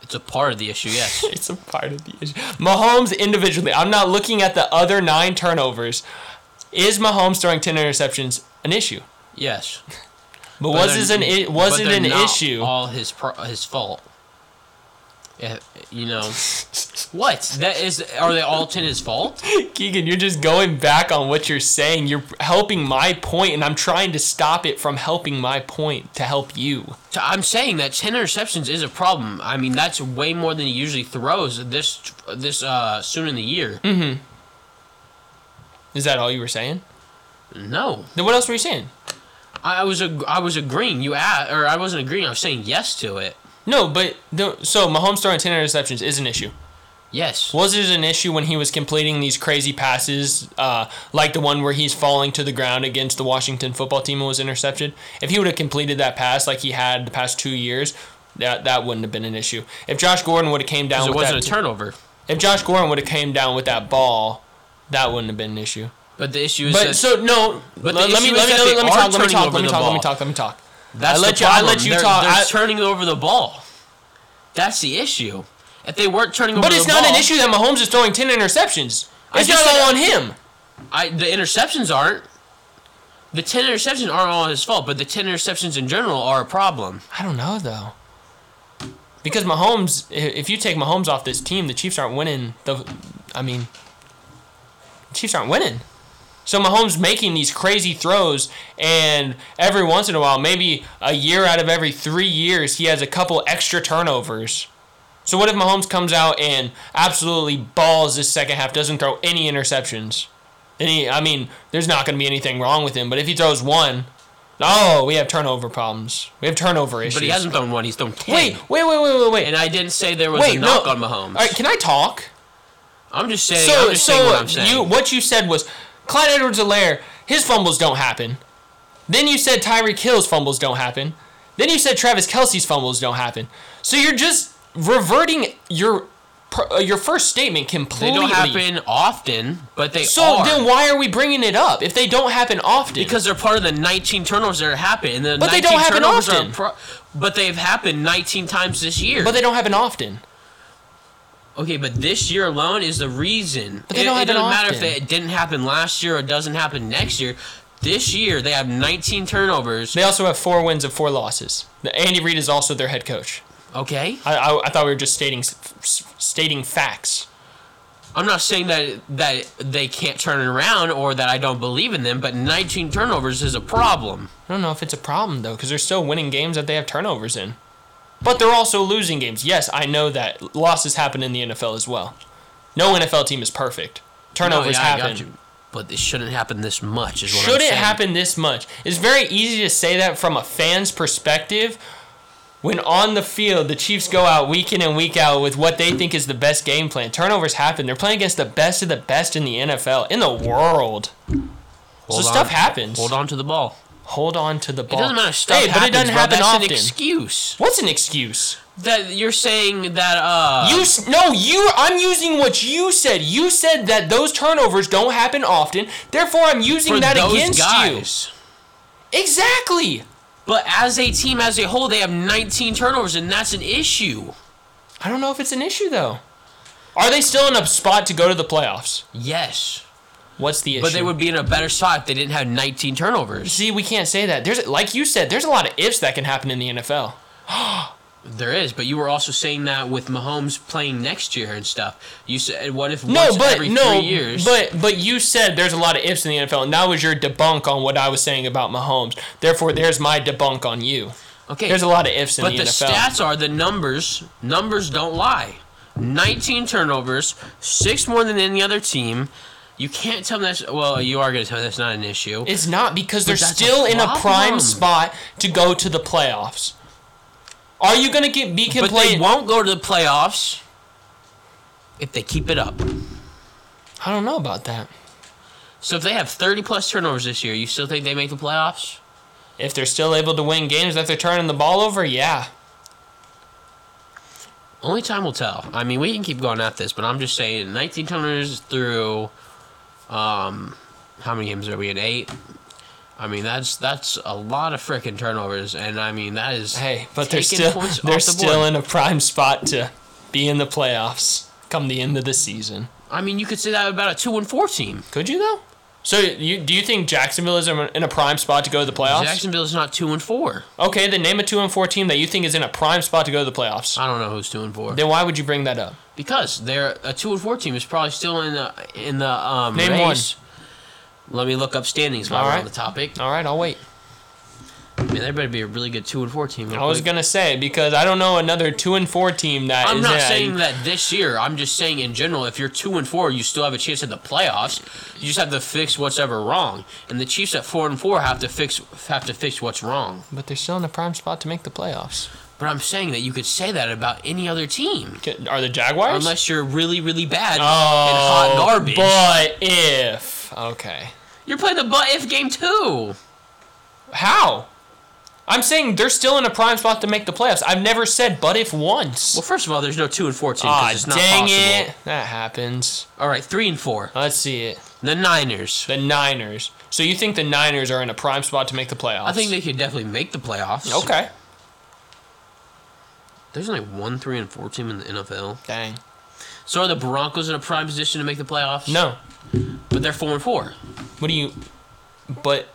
[SPEAKER 2] It's a part of the issue, yes.
[SPEAKER 1] It's a part of the issue. Mahomes individually. I'm not looking at the other nine turnovers. Is Mahomes throwing ten interceptions an issue?
[SPEAKER 2] yes.
[SPEAKER 1] But,
[SPEAKER 2] But
[SPEAKER 1] was it
[SPEAKER 2] they're-
[SPEAKER 1] an i- was
[SPEAKER 2] but
[SPEAKER 1] it
[SPEAKER 2] they're
[SPEAKER 1] an
[SPEAKER 2] not
[SPEAKER 1] issue?
[SPEAKER 2] All his pro- his fault. Eh, You know what? That is. Are they all ten his fault?
[SPEAKER 1] Keegan, you're just going back on what you're saying. You're helping my point, and I'm trying to stop it from helping my point to help you.
[SPEAKER 2] So I'm saying that ten interceptions is a problem. I mean, that's way more than he usually throws this this uh, soon in the year.
[SPEAKER 1] Is that all you were saying? Hmm.
[SPEAKER 2] No,
[SPEAKER 1] Then what else were you saying?
[SPEAKER 2] I I was ag- I was agreeing. You asked, or I wasn't agreeing. I was saying yes to it.
[SPEAKER 1] No, but the, so Mahomes throwing ten interceptions is an issue.
[SPEAKER 2] Yes.
[SPEAKER 1] Was it an issue when he was completing these crazy passes, uh, like the one where he's falling to the ground against the Washington football team and was intercepted? If he would have completed that pass like he had the past two years, that that wouldn't have been an issue. If Josh Gordon would have came down,
[SPEAKER 2] It
[SPEAKER 1] with
[SPEAKER 2] wasn't
[SPEAKER 1] that,
[SPEAKER 2] a turnover.
[SPEAKER 1] if Josh Gordon would have came down with that ball, that wouldn't have been an issue.
[SPEAKER 2] But the issue is
[SPEAKER 1] But
[SPEAKER 2] that
[SPEAKER 1] so no. But
[SPEAKER 2] But the
[SPEAKER 1] let me
[SPEAKER 2] issue
[SPEAKER 1] let me let
[SPEAKER 2] is that
[SPEAKER 1] me,
[SPEAKER 2] they
[SPEAKER 1] let me
[SPEAKER 2] are
[SPEAKER 1] talk. Let me
[SPEAKER 2] turning
[SPEAKER 1] talk.
[SPEAKER 2] over
[SPEAKER 1] Let me
[SPEAKER 2] the
[SPEAKER 1] talk. Let me
[SPEAKER 2] ball.
[SPEAKER 1] talk. Let me talk.
[SPEAKER 2] That's
[SPEAKER 1] I
[SPEAKER 2] the
[SPEAKER 1] let you- I let
[SPEAKER 2] problem.
[SPEAKER 1] you
[SPEAKER 2] They're-
[SPEAKER 1] talk.
[SPEAKER 2] They're
[SPEAKER 1] I-
[SPEAKER 2] turning over the ball. That's the issue. If they weren't turning over
[SPEAKER 1] But
[SPEAKER 2] the ball,
[SPEAKER 1] it's not an issue that Mahomes is throwing ten interceptions.
[SPEAKER 2] I
[SPEAKER 1] It's
[SPEAKER 2] just
[SPEAKER 1] not
[SPEAKER 2] said-
[SPEAKER 1] all on him.
[SPEAKER 2] I the interceptions aren't. The ten interceptions aren't all his fault, but the ten interceptions in general are a problem.
[SPEAKER 1] I don't know though. Because Mahomes, i- if you take Mahomes off this team, the Chiefs aren't winning. The, I mean, the Chiefs aren't winning. So Mahomes making these crazy throws, and every once in a while, maybe a year out of every three years, he has a couple extra turnovers. So what if Mahomes comes out and absolutely balls this second half, doesn't throw any interceptions? Any, I mean, there's not going to be anything wrong with him. But if he throws one, oh, we have turnover problems. We have turnover issues.
[SPEAKER 2] But he hasn't thrown one; he's thrown ten.
[SPEAKER 1] Wait, wait, wait, wait, wait, wait.
[SPEAKER 2] and I didn't say there was
[SPEAKER 1] Wait,
[SPEAKER 2] a knock
[SPEAKER 1] no.
[SPEAKER 2] on Mahomes.
[SPEAKER 1] All right, can I talk?
[SPEAKER 2] I'm just saying.
[SPEAKER 1] So,
[SPEAKER 2] I'm just saying
[SPEAKER 1] so
[SPEAKER 2] what I'm saying.
[SPEAKER 1] you what you said was Clyde Edwards-Helaire, his fumbles don't happen. Then you said Tyreek Hill's fumbles don't happen. Then you said Travis Kelsey's fumbles don't happen. So you're just reverting your pr- uh, your first statement
[SPEAKER 2] they
[SPEAKER 1] completely.
[SPEAKER 2] don't happen often, but they
[SPEAKER 1] So
[SPEAKER 2] are.
[SPEAKER 1] then why are we bringing it up if they don't happen often?
[SPEAKER 2] because they're part of the 19 turnovers that happen, and the
[SPEAKER 1] But they
[SPEAKER 2] 19
[SPEAKER 1] don't happen
[SPEAKER 2] turnovers are
[SPEAKER 1] often.
[SPEAKER 2] pro- but they've happened 19 times this year.
[SPEAKER 1] but they don't happen often.
[SPEAKER 2] Okay, but this year alone is the reason.
[SPEAKER 1] they
[SPEAKER 2] it,
[SPEAKER 1] don't
[SPEAKER 2] it
[SPEAKER 1] happen
[SPEAKER 2] doesn't matter if
[SPEAKER 1] often.
[SPEAKER 2] it didn't happen last year or doesn't happen next year. This year they have 19 turnovers.
[SPEAKER 1] They also have four wins and four losses. Andy Reid is also their head coach.
[SPEAKER 2] Okay,
[SPEAKER 1] I, I, I thought we were just stating s- s- stating facts.
[SPEAKER 2] I'm not saying that that they can't turn it around or that I don't believe in them, but 19 turnovers is a problem.
[SPEAKER 1] I don't know if it's a problem though, because they're still winning games that they have turnovers in, but they're also losing games. Yes, I know that losses happen in the NFL as well. No NFL team is perfect. Turnovers
[SPEAKER 2] No, yeah, I got
[SPEAKER 1] happen.
[SPEAKER 2] you. but it shouldn't happen this much. Is what I'm
[SPEAKER 1] Should it
[SPEAKER 2] saying.
[SPEAKER 1] happen this much? It's very easy to say that from a fan's perspective. When on the field, the Chiefs go out week in and week out with what they think is the best game plan. Turnovers happen. They're playing against the best of the best in the NFL, in the world.
[SPEAKER 2] Hold
[SPEAKER 1] so
[SPEAKER 2] on.
[SPEAKER 1] stuff happens.
[SPEAKER 2] Hold on to the ball.
[SPEAKER 1] Hold on to the
[SPEAKER 2] It
[SPEAKER 1] ball.
[SPEAKER 2] doesn't matter. if Stuff
[SPEAKER 1] hey, but it
[SPEAKER 2] happens,
[SPEAKER 1] doesn't
[SPEAKER 2] bro.
[SPEAKER 1] happen
[SPEAKER 2] That's
[SPEAKER 1] often.
[SPEAKER 2] an excuse.
[SPEAKER 1] What's an excuse?
[SPEAKER 2] That you're saying that uh
[SPEAKER 1] You s- no, you. I'm using what you said. You said that those turnovers don't happen often. Therefore, I'm using
[SPEAKER 2] for
[SPEAKER 1] that
[SPEAKER 2] those
[SPEAKER 1] against
[SPEAKER 2] guys.
[SPEAKER 1] you. Exactly.
[SPEAKER 2] But as a team as a whole, they have 19 turnovers, and that's an issue.
[SPEAKER 1] I don't know if it's an issue though. Are they still in a spot to go to the playoffs?
[SPEAKER 2] Yes,
[SPEAKER 1] What's the issue?
[SPEAKER 2] but they would be in a better spot if they didn't have 19 turnovers.
[SPEAKER 1] see. We can't say that. There's like you said. There's a lot of ifs that can happen in the NFL.
[SPEAKER 2] There is, but you were also saying that with Mahomes playing next year and stuff. You said, "What if
[SPEAKER 1] No,
[SPEAKER 2] once
[SPEAKER 1] but
[SPEAKER 2] every
[SPEAKER 1] no,
[SPEAKER 2] three years?"
[SPEAKER 1] but but you said there's a lot of ifs in the NFL, and that was your debunk on what I was saying about Mahomes. Therefore, there's my debunk on you.
[SPEAKER 2] okay,
[SPEAKER 1] There's a lot of ifs in
[SPEAKER 2] But
[SPEAKER 1] the,
[SPEAKER 2] the,
[SPEAKER 1] NFL.
[SPEAKER 2] stats are the numbers. Numbers don't lie. 19 turnovers, six more than any other team. You can't tell them that's well. You are going to tell me that's not an issue.
[SPEAKER 1] It's not because they're
[SPEAKER 2] that's a
[SPEAKER 1] still in a prime
[SPEAKER 2] problem.
[SPEAKER 1] spot to go to the playoffs. Are you going to get be
[SPEAKER 2] but they
[SPEAKER 1] complacent?
[SPEAKER 2] won't go to the playoffs if they keep it up.
[SPEAKER 1] I don't know about that.
[SPEAKER 2] So if they have 30 plus turnovers this year, you still think they make the playoffs?
[SPEAKER 1] If they're still able to win games that they're turning the ball over, yeah.
[SPEAKER 2] Only time will tell. I mean, we can keep going at this, but I'm just saying 19 turnovers through um how many games are we in? 8. I mean, that's that's a lot of freaking turnovers and I mean, that is
[SPEAKER 1] Hey, but they're
[SPEAKER 2] taking
[SPEAKER 1] still
[SPEAKER 2] points
[SPEAKER 1] they're
[SPEAKER 2] off the
[SPEAKER 1] still
[SPEAKER 2] board.
[SPEAKER 1] in a prime spot to be in the playoffs come the end of the season.
[SPEAKER 2] I mean, you could say that about a 2 and 4 team.
[SPEAKER 1] Could you though? So you do you think Jacksonville is in a prime spot to go to the playoffs?
[SPEAKER 2] Jacksonville's not 2 and 4.
[SPEAKER 1] Okay, then name a two and four team that you think is in a prime spot to go to the playoffs.
[SPEAKER 2] I don't know who's 2 and 4.
[SPEAKER 1] then why would you bring that up?
[SPEAKER 2] because they're a 2 and 4 team is probably still in the in the um
[SPEAKER 1] Name one.
[SPEAKER 2] race. Let me look up standings while
[SPEAKER 1] All
[SPEAKER 2] we're
[SPEAKER 1] right.
[SPEAKER 2] on the topic.
[SPEAKER 1] All right, I'll wait.
[SPEAKER 2] I mean, there better be a really good 2 and 4 team.
[SPEAKER 1] I was gonna say because I don't know another two and four team that
[SPEAKER 2] I'm
[SPEAKER 1] is
[SPEAKER 2] not
[SPEAKER 1] in-
[SPEAKER 2] saying that this year. I'm just saying in general, if you're two and four, you still have a chance at the playoffs. You just have to fix what's ever wrong, and the Chiefs at four and four have to fix have to fix what's wrong.
[SPEAKER 1] but they're still in a prime spot to make the playoffs.
[SPEAKER 2] But I'm saying that you could say that about any other team,
[SPEAKER 1] Get- Are the Jaguars?
[SPEAKER 2] unless you're really really bad
[SPEAKER 1] oh,
[SPEAKER 2] and hot garbage.
[SPEAKER 1] but if okay,
[SPEAKER 2] You're playing the but if game too.
[SPEAKER 1] how? I'm saying they're still in a prime spot to make the playoffs. I've never said but if once.
[SPEAKER 2] Well, first of all, there's no two and four team. 'cause
[SPEAKER 1] Ah,
[SPEAKER 2] it's not
[SPEAKER 1] dang
[SPEAKER 2] possible.
[SPEAKER 1] it! That happens.
[SPEAKER 2] All right, three and four.
[SPEAKER 1] Let's see it.
[SPEAKER 2] The Niners.
[SPEAKER 1] The Niners. So you think the Niners are in a prime spot to make the playoffs?
[SPEAKER 2] I think they could definitely make the playoffs.
[SPEAKER 1] Okay.
[SPEAKER 2] There's only one three and four team in the NFL.
[SPEAKER 1] Dang.
[SPEAKER 2] So are the Broncos in a prime position to make the playoffs?
[SPEAKER 1] No.
[SPEAKER 2] But they're four and four.
[SPEAKER 1] What do you? But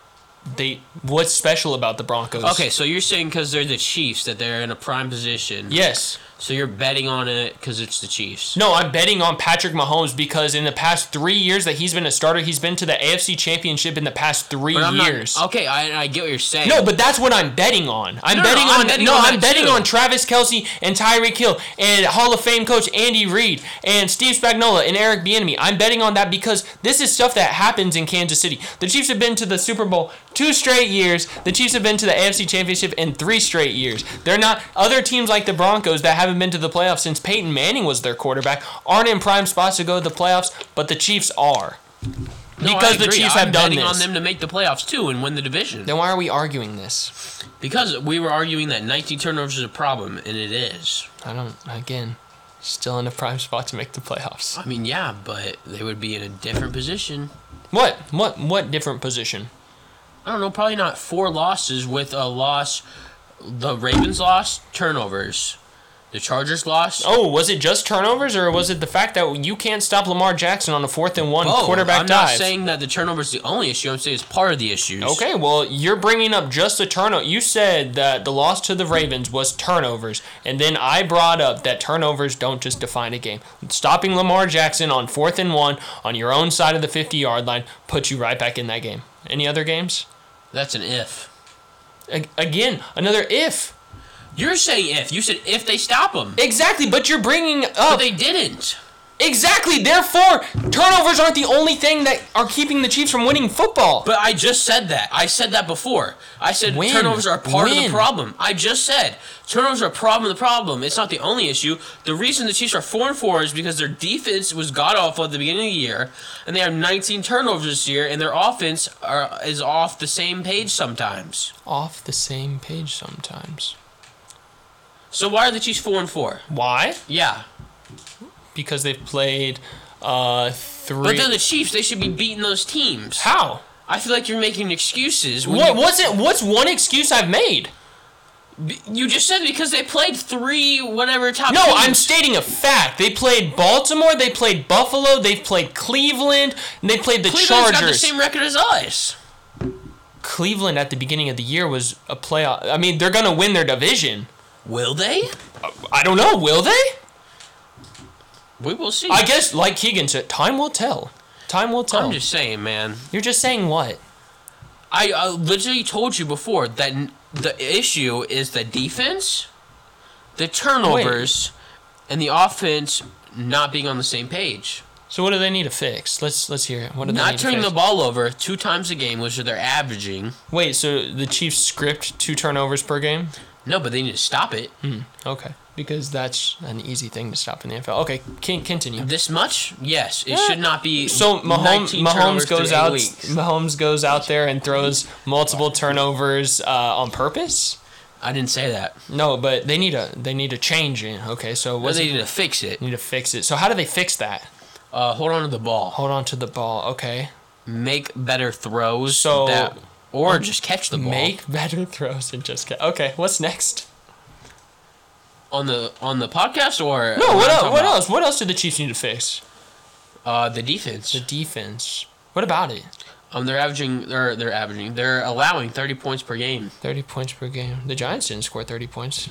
[SPEAKER 1] they. What's special about the Broncos?
[SPEAKER 2] Okay, so you're saying because they're the Chiefs that they're in a prime position.
[SPEAKER 1] Yes.
[SPEAKER 2] So you're betting on it because it's the Chiefs.
[SPEAKER 1] No, I'm betting on Patrick Mahomes because in the past three years that he's been a starter, he's been to the AFC Championship in the past three
[SPEAKER 2] But I'm not-
[SPEAKER 1] years.
[SPEAKER 2] okay, I, I get what you're saying.
[SPEAKER 1] no, but that's what I'm betting on. I'm
[SPEAKER 2] No, no,
[SPEAKER 1] betting
[SPEAKER 2] no, I'm
[SPEAKER 1] on
[SPEAKER 2] betting
[SPEAKER 1] no,
[SPEAKER 2] on
[SPEAKER 1] I'm
[SPEAKER 2] that
[SPEAKER 1] betting
[SPEAKER 2] too.
[SPEAKER 1] on Travis Kelsey and Tyreek Hill and Hall of Fame coach Andy Reid and Steve Spagnuolo and Eric Bieniemy. I'm betting on that because this is stuff that happens in Kansas City. The Chiefs have been to the Super Bowl two straight years. The Chiefs have been to the AFC Championship in three straight years. They're not other teams like the Broncos that haven't been to the playoffs since Peyton Manning was their quarterback aren't in prime spots to go to the playoffs, but the Chiefs are.
[SPEAKER 2] No, I
[SPEAKER 1] because the
[SPEAKER 2] agree.
[SPEAKER 1] Chiefs
[SPEAKER 2] I'm
[SPEAKER 1] have done
[SPEAKER 2] betting on
[SPEAKER 1] this.
[SPEAKER 2] them to make the playoffs too and win the division.
[SPEAKER 1] Then why are we arguing this?
[SPEAKER 2] Because we were arguing that 19 turnovers is a problem, and it is.
[SPEAKER 1] I don't again. Still in a prime spot to make the playoffs.
[SPEAKER 2] I mean, yeah, but they would be in a different position.
[SPEAKER 1] What? What? What different position?
[SPEAKER 2] I don't know, probably not four losses with a loss. The Ravens lost turnovers. The Chargers lost.
[SPEAKER 1] Oh, was it just turnovers, or was it the fact that you can't stop Lamar Jackson on a fourth and one
[SPEAKER 2] Oh,
[SPEAKER 1] quarterback
[SPEAKER 2] I'm
[SPEAKER 1] dive?
[SPEAKER 2] not saying that the turnover is the only issue. I'm saying it's part of the issues.
[SPEAKER 1] Okay, well, you're bringing up just the turnover. You said that the loss to the Ravens was turnovers, and then I brought up that turnovers don't just define a game. Stopping Lamar Jackson on fourth and one on your own side of the 50 yard line puts you right back in that game. Any other games?
[SPEAKER 2] That's an if.
[SPEAKER 1] A- again, another if.
[SPEAKER 2] You're saying if. You said if they stop them.
[SPEAKER 1] Exactly, but you're bringing
[SPEAKER 2] But
[SPEAKER 1] up.
[SPEAKER 2] they didn't.
[SPEAKER 1] Exactly, therefore, turnovers aren't the only thing that are keeping the Chiefs from winning football.
[SPEAKER 2] But I just said that. I said that before. I said
[SPEAKER 1] When?
[SPEAKER 2] turnovers are part of
[SPEAKER 1] When?
[SPEAKER 2] the problem. I just said turnovers are a problem. of The problem. It's not the only issue. The reason the Chiefs are four and four is because their defense was god awful at the beginning of the year, and they have 19 turnovers this year, and their offense are, is off the same page sometimes.
[SPEAKER 1] Off the same page sometimes.
[SPEAKER 2] So why are the Chiefs four and four?
[SPEAKER 1] Why?
[SPEAKER 2] Yeah,
[SPEAKER 1] because they've played uh, three.
[SPEAKER 2] but they're the Chiefs. They should be beating those teams.
[SPEAKER 1] How?
[SPEAKER 2] I feel like you're making excuses. when
[SPEAKER 1] What?
[SPEAKER 2] you-
[SPEAKER 1] What's it? What's one excuse I've made?
[SPEAKER 2] You just said because they played three whatever top.
[SPEAKER 1] No,
[SPEAKER 2] teams.
[SPEAKER 1] I'm stating a fact. They played Baltimore. They played Buffalo. They played Cleveland. And they played the
[SPEAKER 2] Cleveland's got the
[SPEAKER 1] Chargers.
[SPEAKER 2] same record as us.
[SPEAKER 1] Cleveland at the beginning of the year was a playoff. I mean, they're gonna win their division.
[SPEAKER 2] Will they?
[SPEAKER 1] I don't know. Will they?
[SPEAKER 2] We will see.
[SPEAKER 1] I guess, like Keegan said, time will tell. Time will tell.
[SPEAKER 2] I'm just saying, man.
[SPEAKER 1] You're just saying what?
[SPEAKER 2] I, I literally told you before that n- the issue is the defense, the turnovers, and the offense not being on the same page.
[SPEAKER 1] So what do they need to fix? Let's let's hear it. What do they
[SPEAKER 2] Not
[SPEAKER 1] need
[SPEAKER 2] turning
[SPEAKER 1] to
[SPEAKER 2] the
[SPEAKER 1] fix?
[SPEAKER 2] ball over two times a game, which they're averaging.
[SPEAKER 1] Wait, so the Chiefs script two turnovers per game?
[SPEAKER 2] No, but they need to stop it.
[SPEAKER 1] Okay. Because that's an easy thing to stop in the NFL. Okay, can continue.
[SPEAKER 2] This much? Yes. It
[SPEAKER 1] Yeah.
[SPEAKER 2] should not be.
[SPEAKER 1] So Mahomes,
[SPEAKER 2] 19 turnovers
[SPEAKER 1] Mahomes goes
[SPEAKER 2] through eight
[SPEAKER 1] out.
[SPEAKER 2] weeks.
[SPEAKER 1] Mahomes goes out there and throws multiple turnovers uh, on purpose.
[SPEAKER 2] I didn't say that.
[SPEAKER 1] No, but they need a they need a change in. Okay, so
[SPEAKER 2] Well,
[SPEAKER 1] what
[SPEAKER 2] they
[SPEAKER 1] they
[SPEAKER 2] need to fix it.
[SPEAKER 1] need to fix it. So how do they fix that?
[SPEAKER 2] Uh, hold on to the ball.
[SPEAKER 1] Hold on to the ball. Okay,
[SPEAKER 2] Make better throws.
[SPEAKER 1] So- um,
[SPEAKER 2] that, or just catch the ball.
[SPEAKER 1] make better throws and just get. Okay, what's next?
[SPEAKER 2] on the on the podcast or
[SPEAKER 1] No, what else?
[SPEAKER 2] I'm talking
[SPEAKER 1] What
[SPEAKER 2] about,
[SPEAKER 1] else? What else do the Chiefs need to fix?
[SPEAKER 2] Uh, the defense.
[SPEAKER 1] The defense. What about it?
[SPEAKER 2] Um, they're averaging. They're they're averaging. They're allowing thirty points per game.
[SPEAKER 1] Thirty points per game. The Giants didn't score thirty points.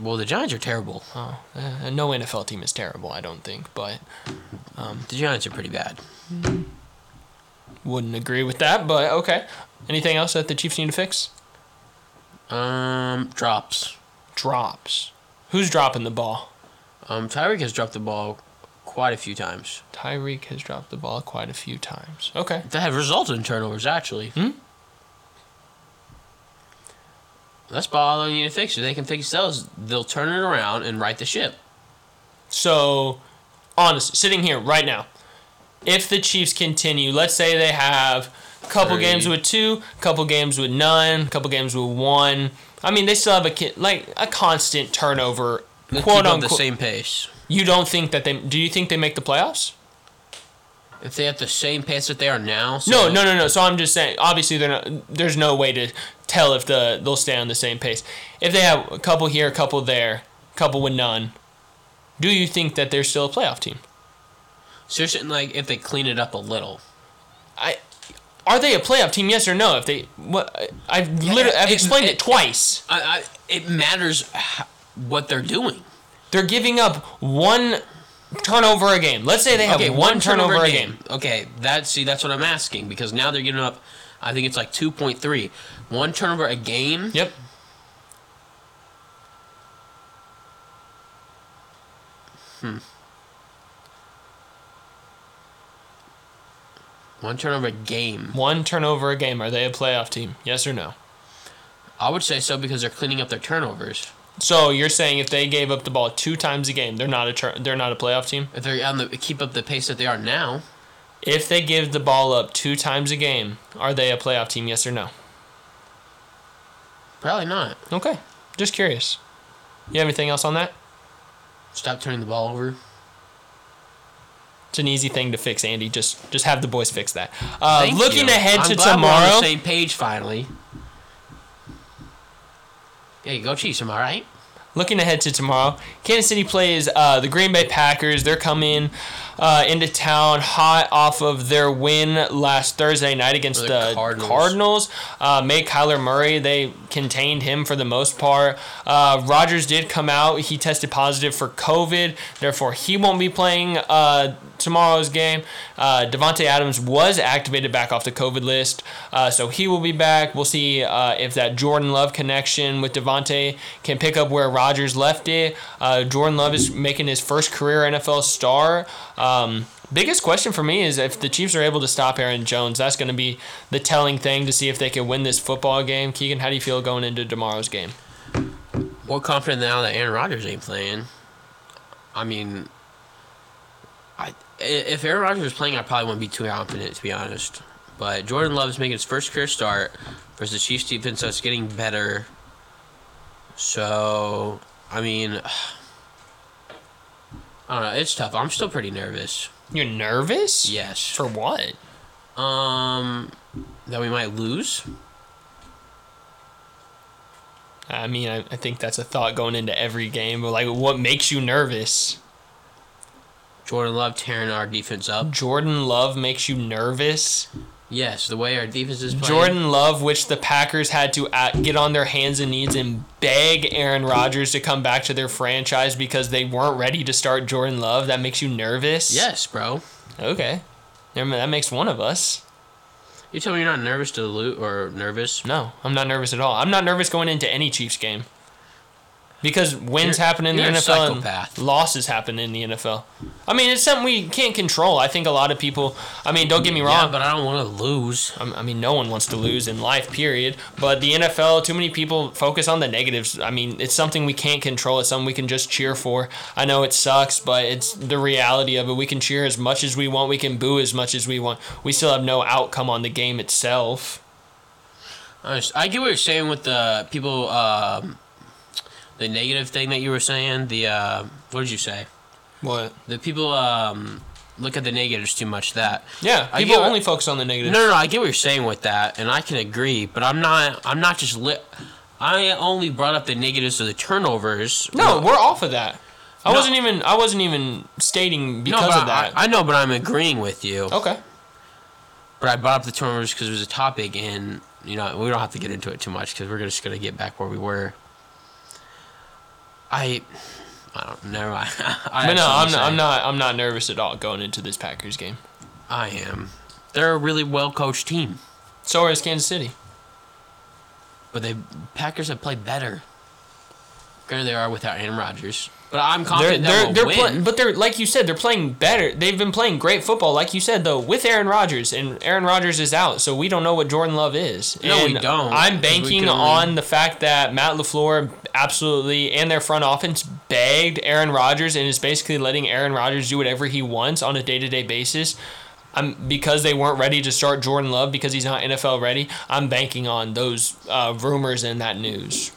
[SPEAKER 2] Well, the Giants are terrible.
[SPEAKER 1] Oh, uh, no NFL team is terrible, I don't think, but
[SPEAKER 2] The Giants are pretty bad.
[SPEAKER 1] wouldn't agree with that. But okay. Anything else that the Chiefs need to fix?
[SPEAKER 2] Um, drops.
[SPEAKER 1] Drops. Who's dropping the ball?
[SPEAKER 2] Um, Tyreek has dropped the ball quite a few times.
[SPEAKER 1] Tyreek has dropped the ball quite a few times. Okay.
[SPEAKER 2] That have resulted in turnovers actually.
[SPEAKER 1] Hmm?
[SPEAKER 2] That's all they need to fix. If they can fix those, they'll turn it around and right the ship.
[SPEAKER 1] So, honestly, sitting here right now, if the Chiefs continue, let's say they have a couple
[SPEAKER 2] Three.
[SPEAKER 1] games with two, couple games with none, couple games with one. I mean, they still have a ki- like a constant turnover,
[SPEAKER 2] Let's
[SPEAKER 1] quote
[SPEAKER 2] keep up the
[SPEAKER 1] unquote.
[SPEAKER 2] same pace.
[SPEAKER 1] You don't think that they? Do you think they make the playoffs?
[SPEAKER 2] If they have the same pace that they are now, so
[SPEAKER 1] No, no, no, no. So I'm just saying. Obviously, they're not. There's no way to tell if the they'll stay on the same pace. If they have a couple here, a couple there, a couple with none, do you think that they're still a playoff team?
[SPEAKER 2] Seriously, like if they clean it up a little.
[SPEAKER 1] I are they a playoff team? Yes or no? If they what I- I've literally I've
[SPEAKER 2] it-
[SPEAKER 1] explained it,
[SPEAKER 2] it-
[SPEAKER 1] twice.
[SPEAKER 2] I, I it matters h- what they're doing.
[SPEAKER 1] They're giving up one turnover a game. Let's say they have one, turnover, a game.
[SPEAKER 2] Okay, that see that's what I'm asking because now they're getting up. I think it's like 2.3. One turnover a game.
[SPEAKER 1] Yep.
[SPEAKER 2] One turnover a game.
[SPEAKER 1] One turnover a game. Are they a playoff team? Yes or no?
[SPEAKER 2] I would say so because they're cleaning up their turnovers.
[SPEAKER 1] So you're saying if they gave up the ball two times a game, they're not a tur- they're not a playoff team?
[SPEAKER 2] If they are on the keep up the pace that they are now,
[SPEAKER 1] If they give the ball up two times a game, are they a playoff team? Yes or no?
[SPEAKER 2] probably not.
[SPEAKER 1] Okay, just curious. You have anything else on that?
[SPEAKER 2] Stop turning the ball over.
[SPEAKER 1] It's an easy thing to fix, Andy. Just just have the boys fix that. Uh,
[SPEAKER 2] Thank
[SPEAKER 1] looking
[SPEAKER 2] you.
[SPEAKER 1] ahead
[SPEAKER 2] I'm
[SPEAKER 1] to
[SPEAKER 2] glad We're on
[SPEAKER 1] tomorrow,
[SPEAKER 2] the same page finally. Yeah, you go Chiefs. Am I right?
[SPEAKER 1] looking ahead to tomorrow, Kansas City plays uh, the Green Bay Packers. They're coming uh, into town hot off of their win last Thursday night against
[SPEAKER 2] The
[SPEAKER 1] the,
[SPEAKER 2] Cardinals.
[SPEAKER 1] Cardinals. Uh, made Kyler Murray. They contained him for the most part. Uh, Rodgers did come out. He tested positive for COVID. Therefore, he won't be playing uh, tomorrow's game. Uh, Devonte Adams was activated back off the COVID list, uh, so he will be back. We'll see uh, if that Jordan Love connection with Devonte can pick up where Rodgers left it. Uh, Jordan Love is making his first career NFL star. Um, biggest question for me is if the Chiefs are able to stop Aaron Jones, that's going to be the telling thing to see if they can win this football game. Keegan, how do you feel going into tomorrow's game?
[SPEAKER 2] More confident now that Aaron Rodgers ain't playing. I mean, I i- if Aaron Rodgers was playing, I probably wouldn't be too confident to be honest. But Jordan Love's making his first career start versus the Chiefs defense that's getting better. So, I mean, I don't know. It's tough. I'm still pretty nervous.
[SPEAKER 1] You're nervous?
[SPEAKER 2] Yes.
[SPEAKER 1] For what?
[SPEAKER 2] Um, that we might lose.
[SPEAKER 1] I mean, I, I think that's a thought going into every game, but like, what makes you nervous?
[SPEAKER 2] Jordan Love tearing our defense up.
[SPEAKER 1] Jordan Love makes you nervous.
[SPEAKER 2] Yes, the way our defense is playing.
[SPEAKER 1] Jordan Love, which the Packers had to at, get on their hands and knees and beg Aaron Rodgers to come back to their franchise because they weren't ready to start Jordan Love. That makes you nervous?
[SPEAKER 2] Yes, bro.
[SPEAKER 1] Okay. Never mind, That makes one of us.
[SPEAKER 2] You tell me you're not nervous to loot or nervous.
[SPEAKER 1] No, I'm not nervous at all. I'm not nervous going into any Chiefs game because wins
[SPEAKER 2] You're-
[SPEAKER 1] happen in the
[SPEAKER 2] you're a
[SPEAKER 1] NFL
[SPEAKER 2] psychopath.
[SPEAKER 1] and losses happen in the NFL. I mean, it's something we can't control. I think a lot of people. I mean, don't get me wrong.
[SPEAKER 2] Yeah, but I don't want to lose.
[SPEAKER 1] I'm- I mean, no one wants to lose in life, period. But the NFL, too many people focus on the negatives. I mean, it's something we can't control. It's something we can just cheer for. I know it sucks, but it's the reality of it. We can cheer as much as we want. We can boo as much as we want. We still have no outcome on the game itself.
[SPEAKER 2] I just- I get what you're saying with the people, um, the negative thing that you were saying. The uh, what did you say?
[SPEAKER 1] What?
[SPEAKER 2] The people um, look at the negatives too much. That
[SPEAKER 1] Yeah,
[SPEAKER 2] I
[SPEAKER 1] people
[SPEAKER 2] get-
[SPEAKER 1] only focus on the
[SPEAKER 2] no,
[SPEAKER 1] negatives.
[SPEAKER 2] no, no, I get what you're saying with that, and I can agree. But I'm not. I'm not just lit. I only brought up the negatives of the turnovers.
[SPEAKER 1] No, we're off of that. I
[SPEAKER 2] No.
[SPEAKER 1] wasn't even I wasn't even stating
[SPEAKER 2] No,
[SPEAKER 1] because
[SPEAKER 2] but
[SPEAKER 1] of that.
[SPEAKER 2] I, I know, but I'm agreeing with you.
[SPEAKER 1] okay.
[SPEAKER 2] But I brought up the turnovers because it was a topic, and you know we don't have to get into it too much because we're just gonna get back where we were. I, I don't. Never mind. I
[SPEAKER 1] But
[SPEAKER 2] have
[SPEAKER 1] no, I'm
[SPEAKER 2] something
[SPEAKER 1] not, I'm
[SPEAKER 2] to say.
[SPEAKER 1] not I'm not nervous at all going into this Packers game.
[SPEAKER 2] I am. They're a really well coached team,
[SPEAKER 1] So is Kansas City.
[SPEAKER 2] but they Packers have played better. Granted, they are without Aaron Rodgers, but I'm
[SPEAKER 1] They're
[SPEAKER 2] confident
[SPEAKER 1] they're,
[SPEAKER 2] they'll
[SPEAKER 1] they're
[SPEAKER 2] win.
[SPEAKER 1] playing, but they're like you said, they're playing better. They've been playing great football, like you said though, with Aaron Rodgers, and Aaron Rodgers is out, so we don't know what Jordan Love is.
[SPEAKER 2] No, we
[SPEAKER 1] And
[SPEAKER 2] don't,
[SPEAKER 1] I'm
[SPEAKER 2] 'cause we
[SPEAKER 1] banking
[SPEAKER 2] can only-
[SPEAKER 1] on the fact that Matt Lafleur absolutely and their front offense begged Aaron Rodgers and is basically letting Aaron Rodgers do whatever he wants on a day to day basis. I'm because they weren't ready to start Jordan Love because he's not NFL ready. I'm banking on those uh, rumors and that news.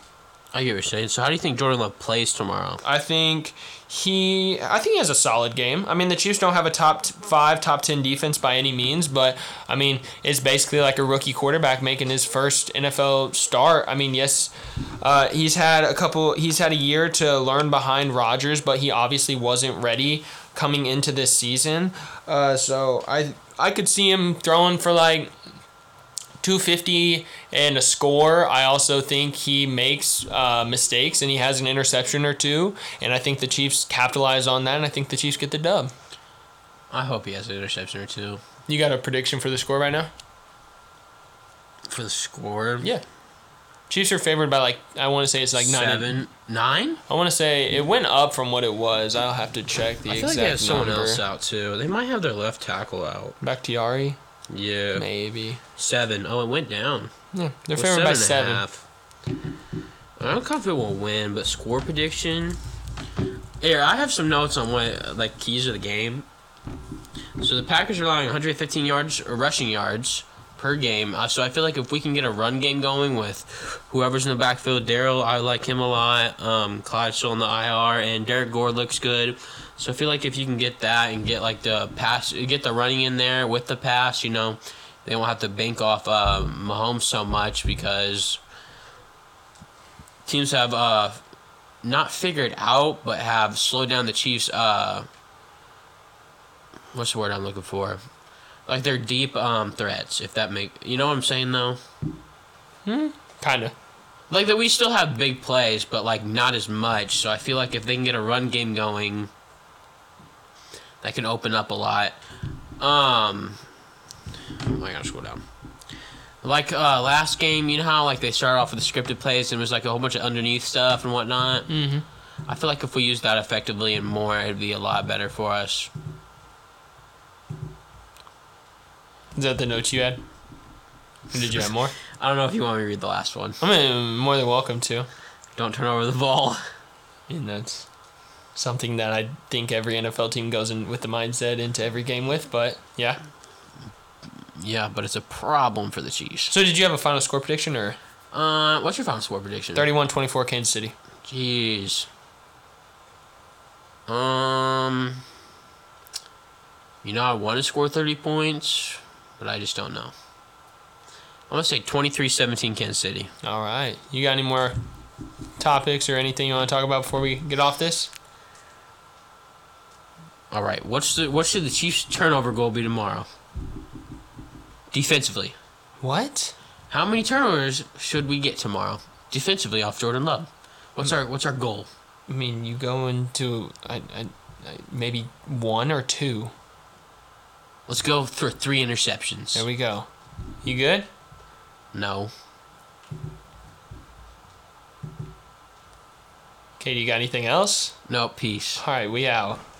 [SPEAKER 2] I get what you're saying. So how do you think Jordan Love plays tomorrow?
[SPEAKER 1] I think he I think he has a solid game. I mean, the Chiefs don't have a top t- 5, top 10 defense by any means, but I mean, it's basically like a rookie quarterback making his first NFL start. I mean, yes, uh, he's had a couple he's had a year to learn behind Rodgers, but he obviously wasn't ready coming into this season. Uh, so I I could see him throwing for like 250 and a score. I also think he makes uh, mistakes and he has an interception or two. And I think the Chiefs capitalize on that. And I think the Chiefs get the dub.
[SPEAKER 2] I hope he has an interception or two
[SPEAKER 1] You got a prediction for the score right now?
[SPEAKER 2] for the score.
[SPEAKER 1] Yeah. Chiefs are favored by like I want to say it's like nine.
[SPEAKER 2] seven, nine.
[SPEAKER 1] I want to say it went up from what it was. I'll have to check the
[SPEAKER 2] I feel
[SPEAKER 1] exact
[SPEAKER 2] like they have someone
[SPEAKER 1] number.
[SPEAKER 2] else out too. They might have their left tackle out.
[SPEAKER 1] Bakhtiari,
[SPEAKER 2] Yeah.
[SPEAKER 1] maybe.
[SPEAKER 2] Seven. Oh, it went down.
[SPEAKER 1] Yeah, they're
[SPEAKER 2] Well,
[SPEAKER 1] favored by
[SPEAKER 2] seven
[SPEAKER 1] seven.
[SPEAKER 2] and a half. I'm confident we'll win, but score prediction. Here, I have some notes on what like keys of the game. So the Packers are allowing 115 yards or rushing yards per game. Uh, so I feel like if we can get a run game going with whoever's in the backfield, Daryl, I like him a lot. Um, Clyde's still on the IR, and Derek Gore looks good. So I feel like if you can get that and get like the pass, get the running in there with the pass, you know, they won't have to bank off uh, Mahomes so much because teams have uh, not figured out, but have slowed down the Chiefs. Uh, what's the word I'm looking for? Like their deep um, threats, if that make you know what I'm saying though.
[SPEAKER 1] Kind of.
[SPEAKER 2] Like that, we still have big plays, but like not as much. So I feel like if they can get a run game going, that can open up a lot. Um, oh my gosh, go down. Like uh, last game, you know how like they started off with the scripted plays and it was like a whole bunch of underneath stuff and whatnot.
[SPEAKER 1] Mm-hmm.
[SPEAKER 2] I feel like if we use that effectively and more, it'd be a lot better for us.
[SPEAKER 1] Is that the notes you had? Or did you have more?
[SPEAKER 2] I don't know if you want me to read the last one.
[SPEAKER 1] I mean, more than welcome to.
[SPEAKER 2] Don't turn over the ball.
[SPEAKER 1] And that's something that I think every NFL team goes in with the mindset into every game with. But yeah.
[SPEAKER 2] Yeah, but it's a problem for the Chiefs.
[SPEAKER 1] So did you have a final score prediction or
[SPEAKER 2] Uh, what's your final score prediction?
[SPEAKER 1] 31-24 Kansas City?
[SPEAKER 2] Jeez. Um. You know, I want to score 30 points, but I just don't know. I'm going to say 23 17 Kansas City.
[SPEAKER 1] All right. You got any more topics or anything you want to talk about before we get off this?
[SPEAKER 2] All right. What's the, what should the Chiefs' turnover goal be tomorrow? Defensively.
[SPEAKER 1] What?
[SPEAKER 2] How many turnovers should we get tomorrow? Defensively off Jordan Love. What's our what's our goal?
[SPEAKER 1] I mean, you go into I, I, I, maybe one or two.
[SPEAKER 2] Let's go for three
[SPEAKER 1] There
[SPEAKER 2] interceptions.
[SPEAKER 1] we go. You good?
[SPEAKER 2] No.
[SPEAKER 1] Okay, you got anything else?
[SPEAKER 2] No, peace.
[SPEAKER 1] All right, we out.